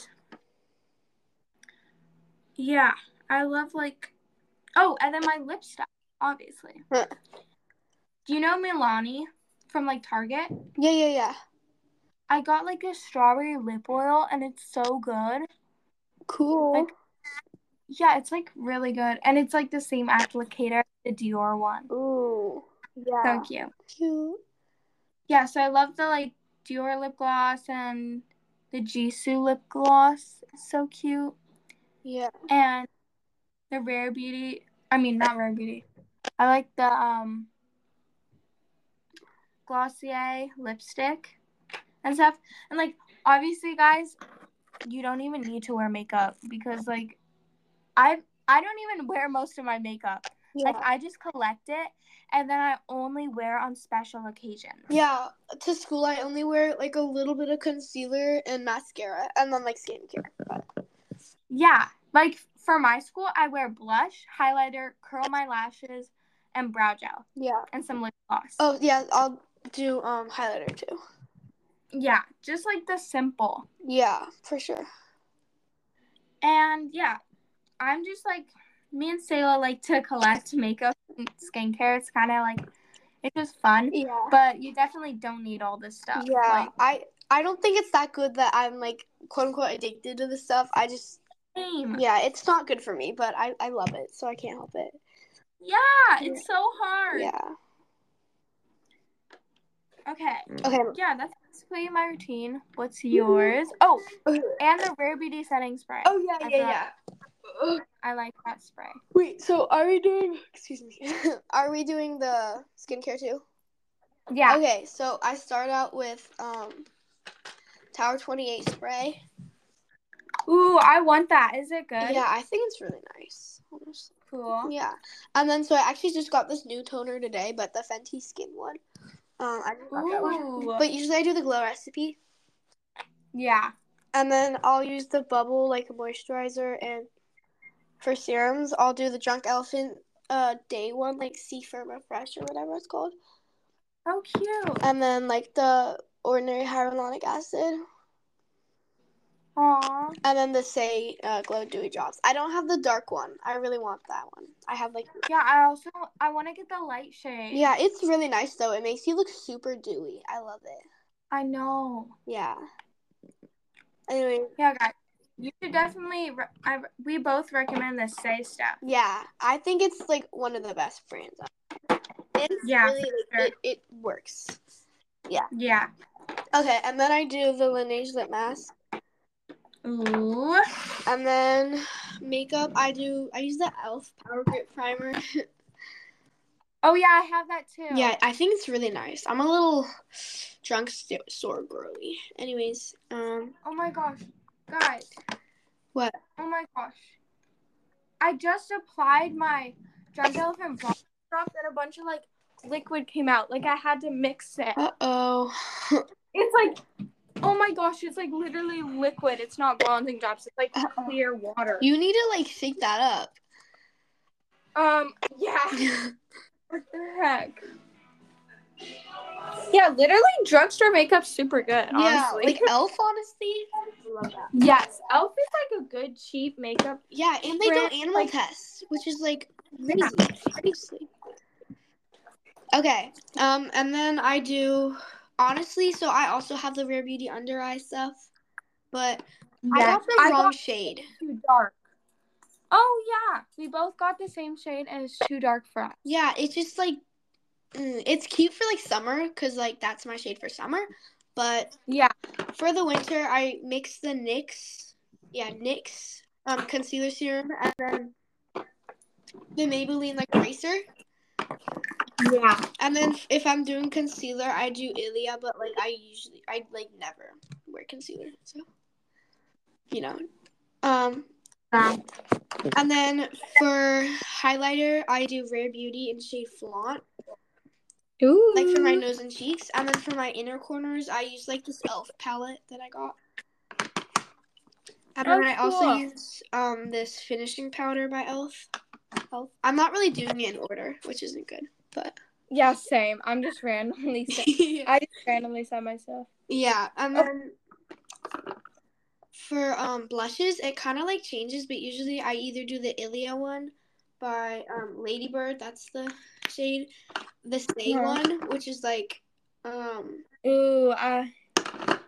Speaker 2: yeah, I love like oh, and then my lip stuff, obviously.
Speaker 1: Huh.
Speaker 2: Do you know Milani from like Target?
Speaker 1: Yeah, yeah, yeah.
Speaker 2: I got like a strawberry lip oil and it's so good.
Speaker 1: Cool.
Speaker 2: Like- Yeah, it's like really good. And it's like the same applicator, the Dior one.
Speaker 1: Ooh.
Speaker 2: So
Speaker 1: Yeah.
Speaker 2: cute.
Speaker 1: Cute.
Speaker 2: Yeah, so I love the like Dior lip gloss and the Jisoo lip gloss. It's so cute.
Speaker 1: Yeah.
Speaker 2: And the Rare Beauty, I mean not Rare Beauty. I like the um Glossier lipstick and stuff. And like obviously guys, you don't even need to wear makeup because like I I don't even wear most of my makeup.
Speaker 1: Yeah.
Speaker 2: Like I just collect it and then I only wear on special occasions.
Speaker 1: yeah. To school, I only wear like a little bit of concealer and mascara, and then like skincare.
Speaker 2: Yeah. Like for my school, I wear blush, highlighter, curl my lashes, and brow gel
Speaker 1: Yeah.
Speaker 2: and some lip gloss.
Speaker 1: Oh yeah, I'll do um highlighter too.
Speaker 2: Yeah, just like the simple.
Speaker 1: Yeah, for sure.
Speaker 2: And yeah, I'm just like me and Sayla like to collect makeup and skincare. It's kind of like it's just fun,
Speaker 1: Yeah.
Speaker 2: but you definitely don't need all this stuff.
Speaker 1: Yeah.
Speaker 2: Like,
Speaker 1: I I don't think it's that good that I'm like quote unquote addicted to this stuff. I just
Speaker 2: same.
Speaker 1: yeah, it's not good for me, but I I love it, so I can't help it.
Speaker 2: Yeah, it's so hard.
Speaker 1: Yeah.
Speaker 2: Okay.
Speaker 1: Okay.
Speaker 2: Yeah, that's basically my routine. What's yours? Oh,
Speaker 1: Okay.
Speaker 2: and the Rare Beauty setting spray.
Speaker 1: Mm-hmm. Oh yeah,
Speaker 2: I
Speaker 1: yeah, yeah.
Speaker 2: forgot. I like that spray.
Speaker 1: Wait, so are we doing? Excuse me. are we doing the skincare too?
Speaker 2: Yeah.
Speaker 1: Okay, so I start out with um, Tower Twenty Eight spray.
Speaker 2: Ooh, I want that. Is it good?
Speaker 1: Yeah, I think it's really nice. Honestly.
Speaker 2: Cool.
Speaker 1: Yeah, and then so I actually just got this new toner today, but the Fenty Skin one. Um, I just got that one.
Speaker 2: Ooh.
Speaker 1: But usually I do the Glow recipe,
Speaker 2: Yeah.
Speaker 1: and then I'll use the Bubble like moisturizer, and for serums I'll do the Drunk Elephant uh day one like C Firm Refresh or whatever it's called.
Speaker 2: So cute.
Speaker 1: and then like the ordinary hyaluronic acid,
Speaker 2: Aw.
Speaker 1: and then the Say uh, Glow Dewy Drops. I don't have the dark one. I really want that one. I have like
Speaker 2: Yeah, I also I want to get the light shade.
Speaker 1: yeah, it's really nice though. It makes you look super dewy. I love it.
Speaker 2: I know.
Speaker 1: Yeah. Anyway,
Speaker 2: Yeah, guys. You should definitely. Re- I, we both recommend the Say stuff.
Speaker 1: yeah, I think it's like one of the best brands. It's
Speaker 2: Yeah,
Speaker 1: really,
Speaker 2: for
Speaker 1: like,
Speaker 2: sure.
Speaker 1: it, it works.
Speaker 2: Yeah.
Speaker 1: Okay, and then I do the Laneige lip mask,
Speaker 2: Ooh.
Speaker 1: and then makeup. I do I use the Elf Power Grip Primer.
Speaker 2: Oh yeah, I have that too.
Speaker 1: Yeah, I think it's really nice. I'm a little drunk, st- sore, girly. Anyways, um,
Speaker 2: Oh my gosh, guys.
Speaker 1: What?
Speaker 2: Oh my gosh. I just applied my drunk elephant bronzer drops and a bunch of like liquid came out. Like I had to mix it.
Speaker 1: uh oh.
Speaker 2: It's like, oh my gosh, it's like literally liquid. It's not bronzing drops. It's like
Speaker 1: Uh-oh.
Speaker 2: clear water.
Speaker 1: you need to like shake that up.
Speaker 2: Um, yeah. What the heck? Yeah, literally drugstore makeup's super good,
Speaker 1: yeah,
Speaker 2: honestly.
Speaker 1: like Elf, honestly. Love that.
Speaker 2: yes, Elf is like a good cheap makeup.
Speaker 1: Yeah, and they do
Speaker 2: Brand-
Speaker 1: animal
Speaker 2: like-
Speaker 1: tests, which is like crazy. Seriously. Okay, um, and then I do honestly. So I also have the Rare Beauty under eye stuff, but I got the
Speaker 2: I
Speaker 1: wrong
Speaker 2: got
Speaker 1: shade.
Speaker 2: too dark. Oh yeah, we both got the same shade and it's too dark for us.
Speaker 1: Yeah, it's just like mm, it's cute for like summer because like that's my shade for summer. But
Speaker 2: Yeah.
Speaker 1: for the winter, I mix the NYX, yeah NYX um, concealer serum and then the Maybelline like eraser.
Speaker 2: Yeah.
Speaker 1: And then if I'm doing concealer, I do Ilia, but like I usually I like never wear concealer, so you know. Um, and then for highlighter, I do Rare Beauty in shade Flaunt.
Speaker 2: Ooh.
Speaker 1: like for my nose and cheeks, and then for my inner corners, I use like this Elf palette that I got. And
Speaker 2: Oh,
Speaker 1: then I also
Speaker 2: cool.
Speaker 1: use um this finishing powder by e Elf. Elf. I'm not really doing it in order, which isn't good, but
Speaker 2: Yeah, same. I'm just randomly. sa- I just randomly said myself.
Speaker 1: yeah. And
Speaker 2: Oh.
Speaker 1: then for um blushes, it kind of like changes, but usually I either do the Ilia one by um Ladybird, that's the shade, the Stay
Speaker 2: Yeah.
Speaker 1: one, which is like um
Speaker 2: Ooh, uh,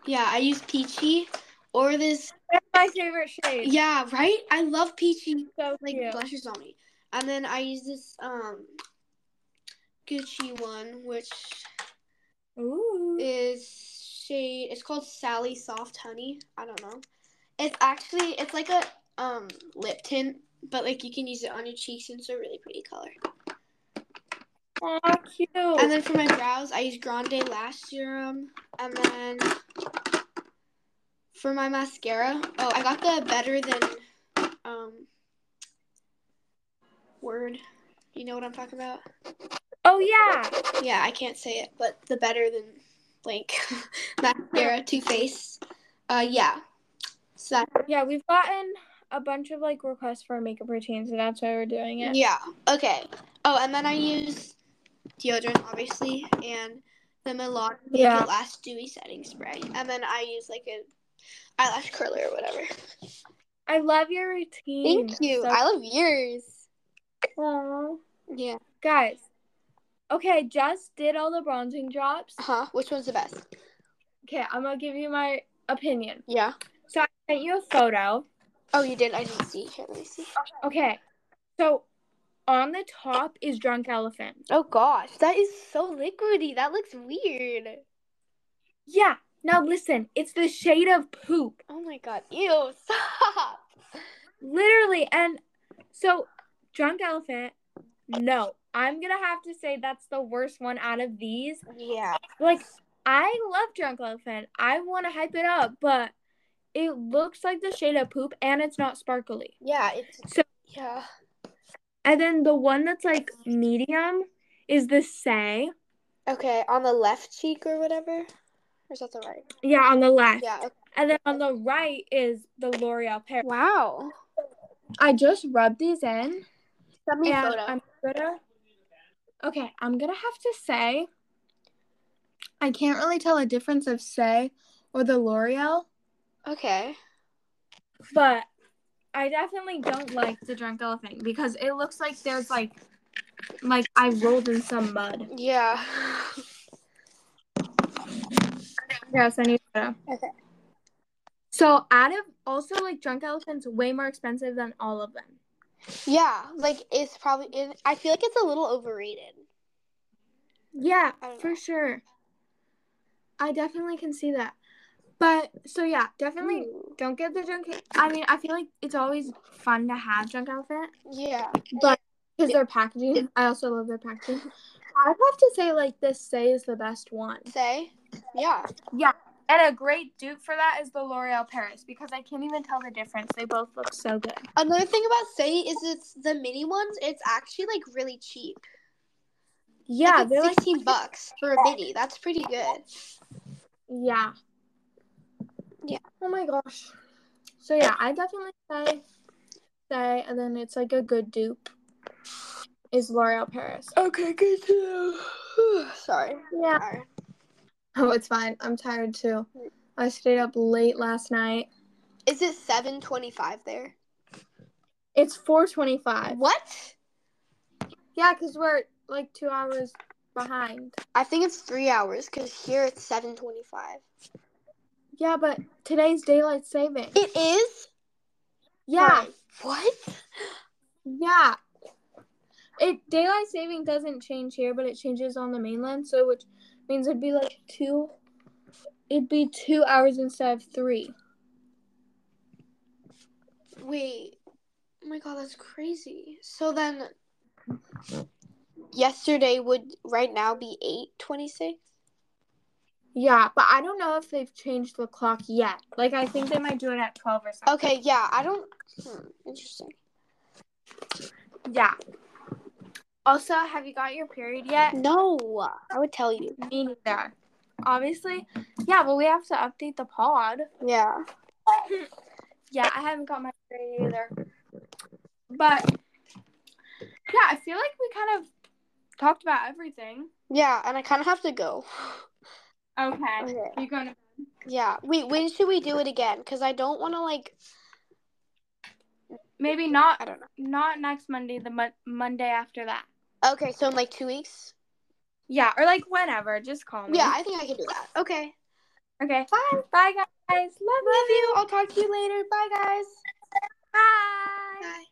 Speaker 1: Yeah, I use peachy or this.
Speaker 2: that's my favorite shade.
Speaker 1: Yeah, right. I love peachy
Speaker 2: So
Speaker 1: like
Speaker 2: cute.
Speaker 1: blushes on me, and then I use this um Gucci one, which
Speaker 2: Ooh.
Speaker 1: is shade. It's called Sally Soft Honey. I don't know. It's actually it's like a um lip tint, but like you can use it on your cheeks, and it's a really pretty color.
Speaker 2: Aw, cute.
Speaker 1: And then for my brows, I use Grande Lash Serum. And then for my mascara, oh, I got the Better Than um, Word. You know what I'm talking about?
Speaker 2: oh yeah.
Speaker 1: Yeah, I can't say it, but the Better Than Blank mascara, Too Faced. Uh, yeah. So that,
Speaker 2: Yeah, we've gotten a bunch of like requests for our makeup routines, and that's why we're doing it.
Speaker 1: yeah. Okay. Oh, and then I use deodorant, obviously, and the Milani Make
Speaker 2: Yeah.
Speaker 1: It Last Dewy Setting Spray. And then I use like a eyelash curler or whatever.
Speaker 2: I love your
Speaker 1: Mm,
Speaker 2: routine.
Speaker 1: Thank you.
Speaker 2: So-
Speaker 1: I love yours.
Speaker 2: Aw.
Speaker 1: Yeah.
Speaker 2: Guys, okay, just did all the bronzing drops.
Speaker 1: Huh? Which one's the best?
Speaker 2: Okay, I'm gonna give you my opinion.
Speaker 1: Yeah.
Speaker 2: So I sent you a photo.
Speaker 1: Oh, you did. I didn't see. Here, let me see.
Speaker 2: Okay, so On the top is Drunk Elephant.
Speaker 1: Oh gosh, that is so liquidy. That looks weird.
Speaker 2: Yeah. Now listen, it's the shade of poop.
Speaker 1: Oh my god. Ew, stop.
Speaker 2: Literally. And so, Drunk Elephant, no. I'm going to have to say that's the worst one out of these.
Speaker 1: Yeah.
Speaker 2: Like, I love Drunk Elephant. I want to hype it up, but it looks like the shade of poop and it's not sparkly.
Speaker 1: Yeah, it's
Speaker 2: So-
Speaker 1: yeah.
Speaker 2: And then the one that's like medium is the say.
Speaker 1: Okay, on the left cheek or whatever. Or is that the right?
Speaker 2: Yeah, on the left.
Speaker 1: Yeah. Okay.
Speaker 2: And then on the right is the L'Oreal Paris.
Speaker 1: Wow.
Speaker 2: I just rubbed these in.
Speaker 1: Send me a
Speaker 2: and
Speaker 1: photo.
Speaker 2: I'm gonna Okay, I'm gonna have to say I can't really tell a difference of say or the L'Oreal,
Speaker 1: okay.
Speaker 2: but I definitely don't like the drunk elephant because it looks like there's like like I rolled in some mud.
Speaker 1: Yeah.
Speaker 2: Yes, I need to.
Speaker 1: Okay.
Speaker 2: So out of also like drunk elephants way more expensive than all of them.
Speaker 1: yeah, like it's probably. It, I feel like it's a little overrated.
Speaker 2: Yeah,
Speaker 1: I don't
Speaker 2: for
Speaker 1: know.
Speaker 2: sure. I definitely can see that. But so yeah, definitely
Speaker 1: Ooh.
Speaker 2: don't get the drunk. I mean, I feel like it's always fun to have drunk elephant
Speaker 1: Yeah.
Speaker 2: because their packaging. I also love their packaging. I'd have to say like this say is the best one.
Speaker 1: Say. Yeah.
Speaker 2: And a great dupe for that is the L'Oreal Paris because I can't even tell the difference. They both look so good.
Speaker 1: Another thing about say is it's the mini ones. It's actually like really cheap.
Speaker 2: Yeah,
Speaker 1: like
Speaker 2: they're
Speaker 1: it's
Speaker 2: like
Speaker 1: sixteen bucks for a mini. That's pretty good.
Speaker 2: yeah.
Speaker 1: Yeah.
Speaker 2: Oh my gosh. So yeah, I definitely say say and then it's like a good dupe is L'Oreal Paris.
Speaker 1: Okay, good to know. Sorry.
Speaker 2: Yeah.
Speaker 1: Sorry.
Speaker 2: Oh, it's fine. I'm tired too. I stayed up late last night.
Speaker 1: Is it seven twenty-five there?
Speaker 2: It's 4:25.
Speaker 1: What?
Speaker 2: Yeah, cuz we're like 2 hours behind.
Speaker 1: I think it's three hours because here it's seven twenty-five.
Speaker 2: Yeah, but today's daylight saving.
Speaker 1: It is.
Speaker 2: Yeah.
Speaker 1: What?
Speaker 2: Yeah. It daylight saving doesn't change here, but it changes on the mainland, so which means it'd be like 2 it'd be 2 hours instead of 3.
Speaker 1: Wait. Oh my god, that's crazy. So then, yesterday would right now be eight twenty-six.
Speaker 2: Yeah, but I don't know if they've changed the clock yet. Like I think they might do it at 12 or something.
Speaker 1: Okay. Yeah. I don't. Hmm, interesting.
Speaker 2: Yeah. Also, have you got your period yet?
Speaker 1: No, I would tell you.
Speaker 2: Me neither. Obviously. Yeah, but we have to update the pod.
Speaker 1: Yeah.
Speaker 2: Yeah, I haven't got my period either. But yeah, I feel like we kind of talked about everything.
Speaker 1: Yeah, and I kind of have to go.
Speaker 2: Okay.
Speaker 1: Okay.
Speaker 2: You going to
Speaker 1: Yeah. Wait. When should we do it again? Because I don't want to like.
Speaker 2: maybe not
Speaker 1: I don't know.
Speaker 2: not next Monday, the mon- Monday after that.
Speaker 1: Okay. So in like two weeks.
Speaker 2: Yeah, or like whenever. Just call me.
Speaker 1: Yeah, I think I can do that. Okay.
Speaker 2: Okay. Bye. Bye guys. Love,
Speaker 1: Love you. I'll talk to you later. Bye, guys.
Speaker 2: Bye.
Speaker 1: Bye.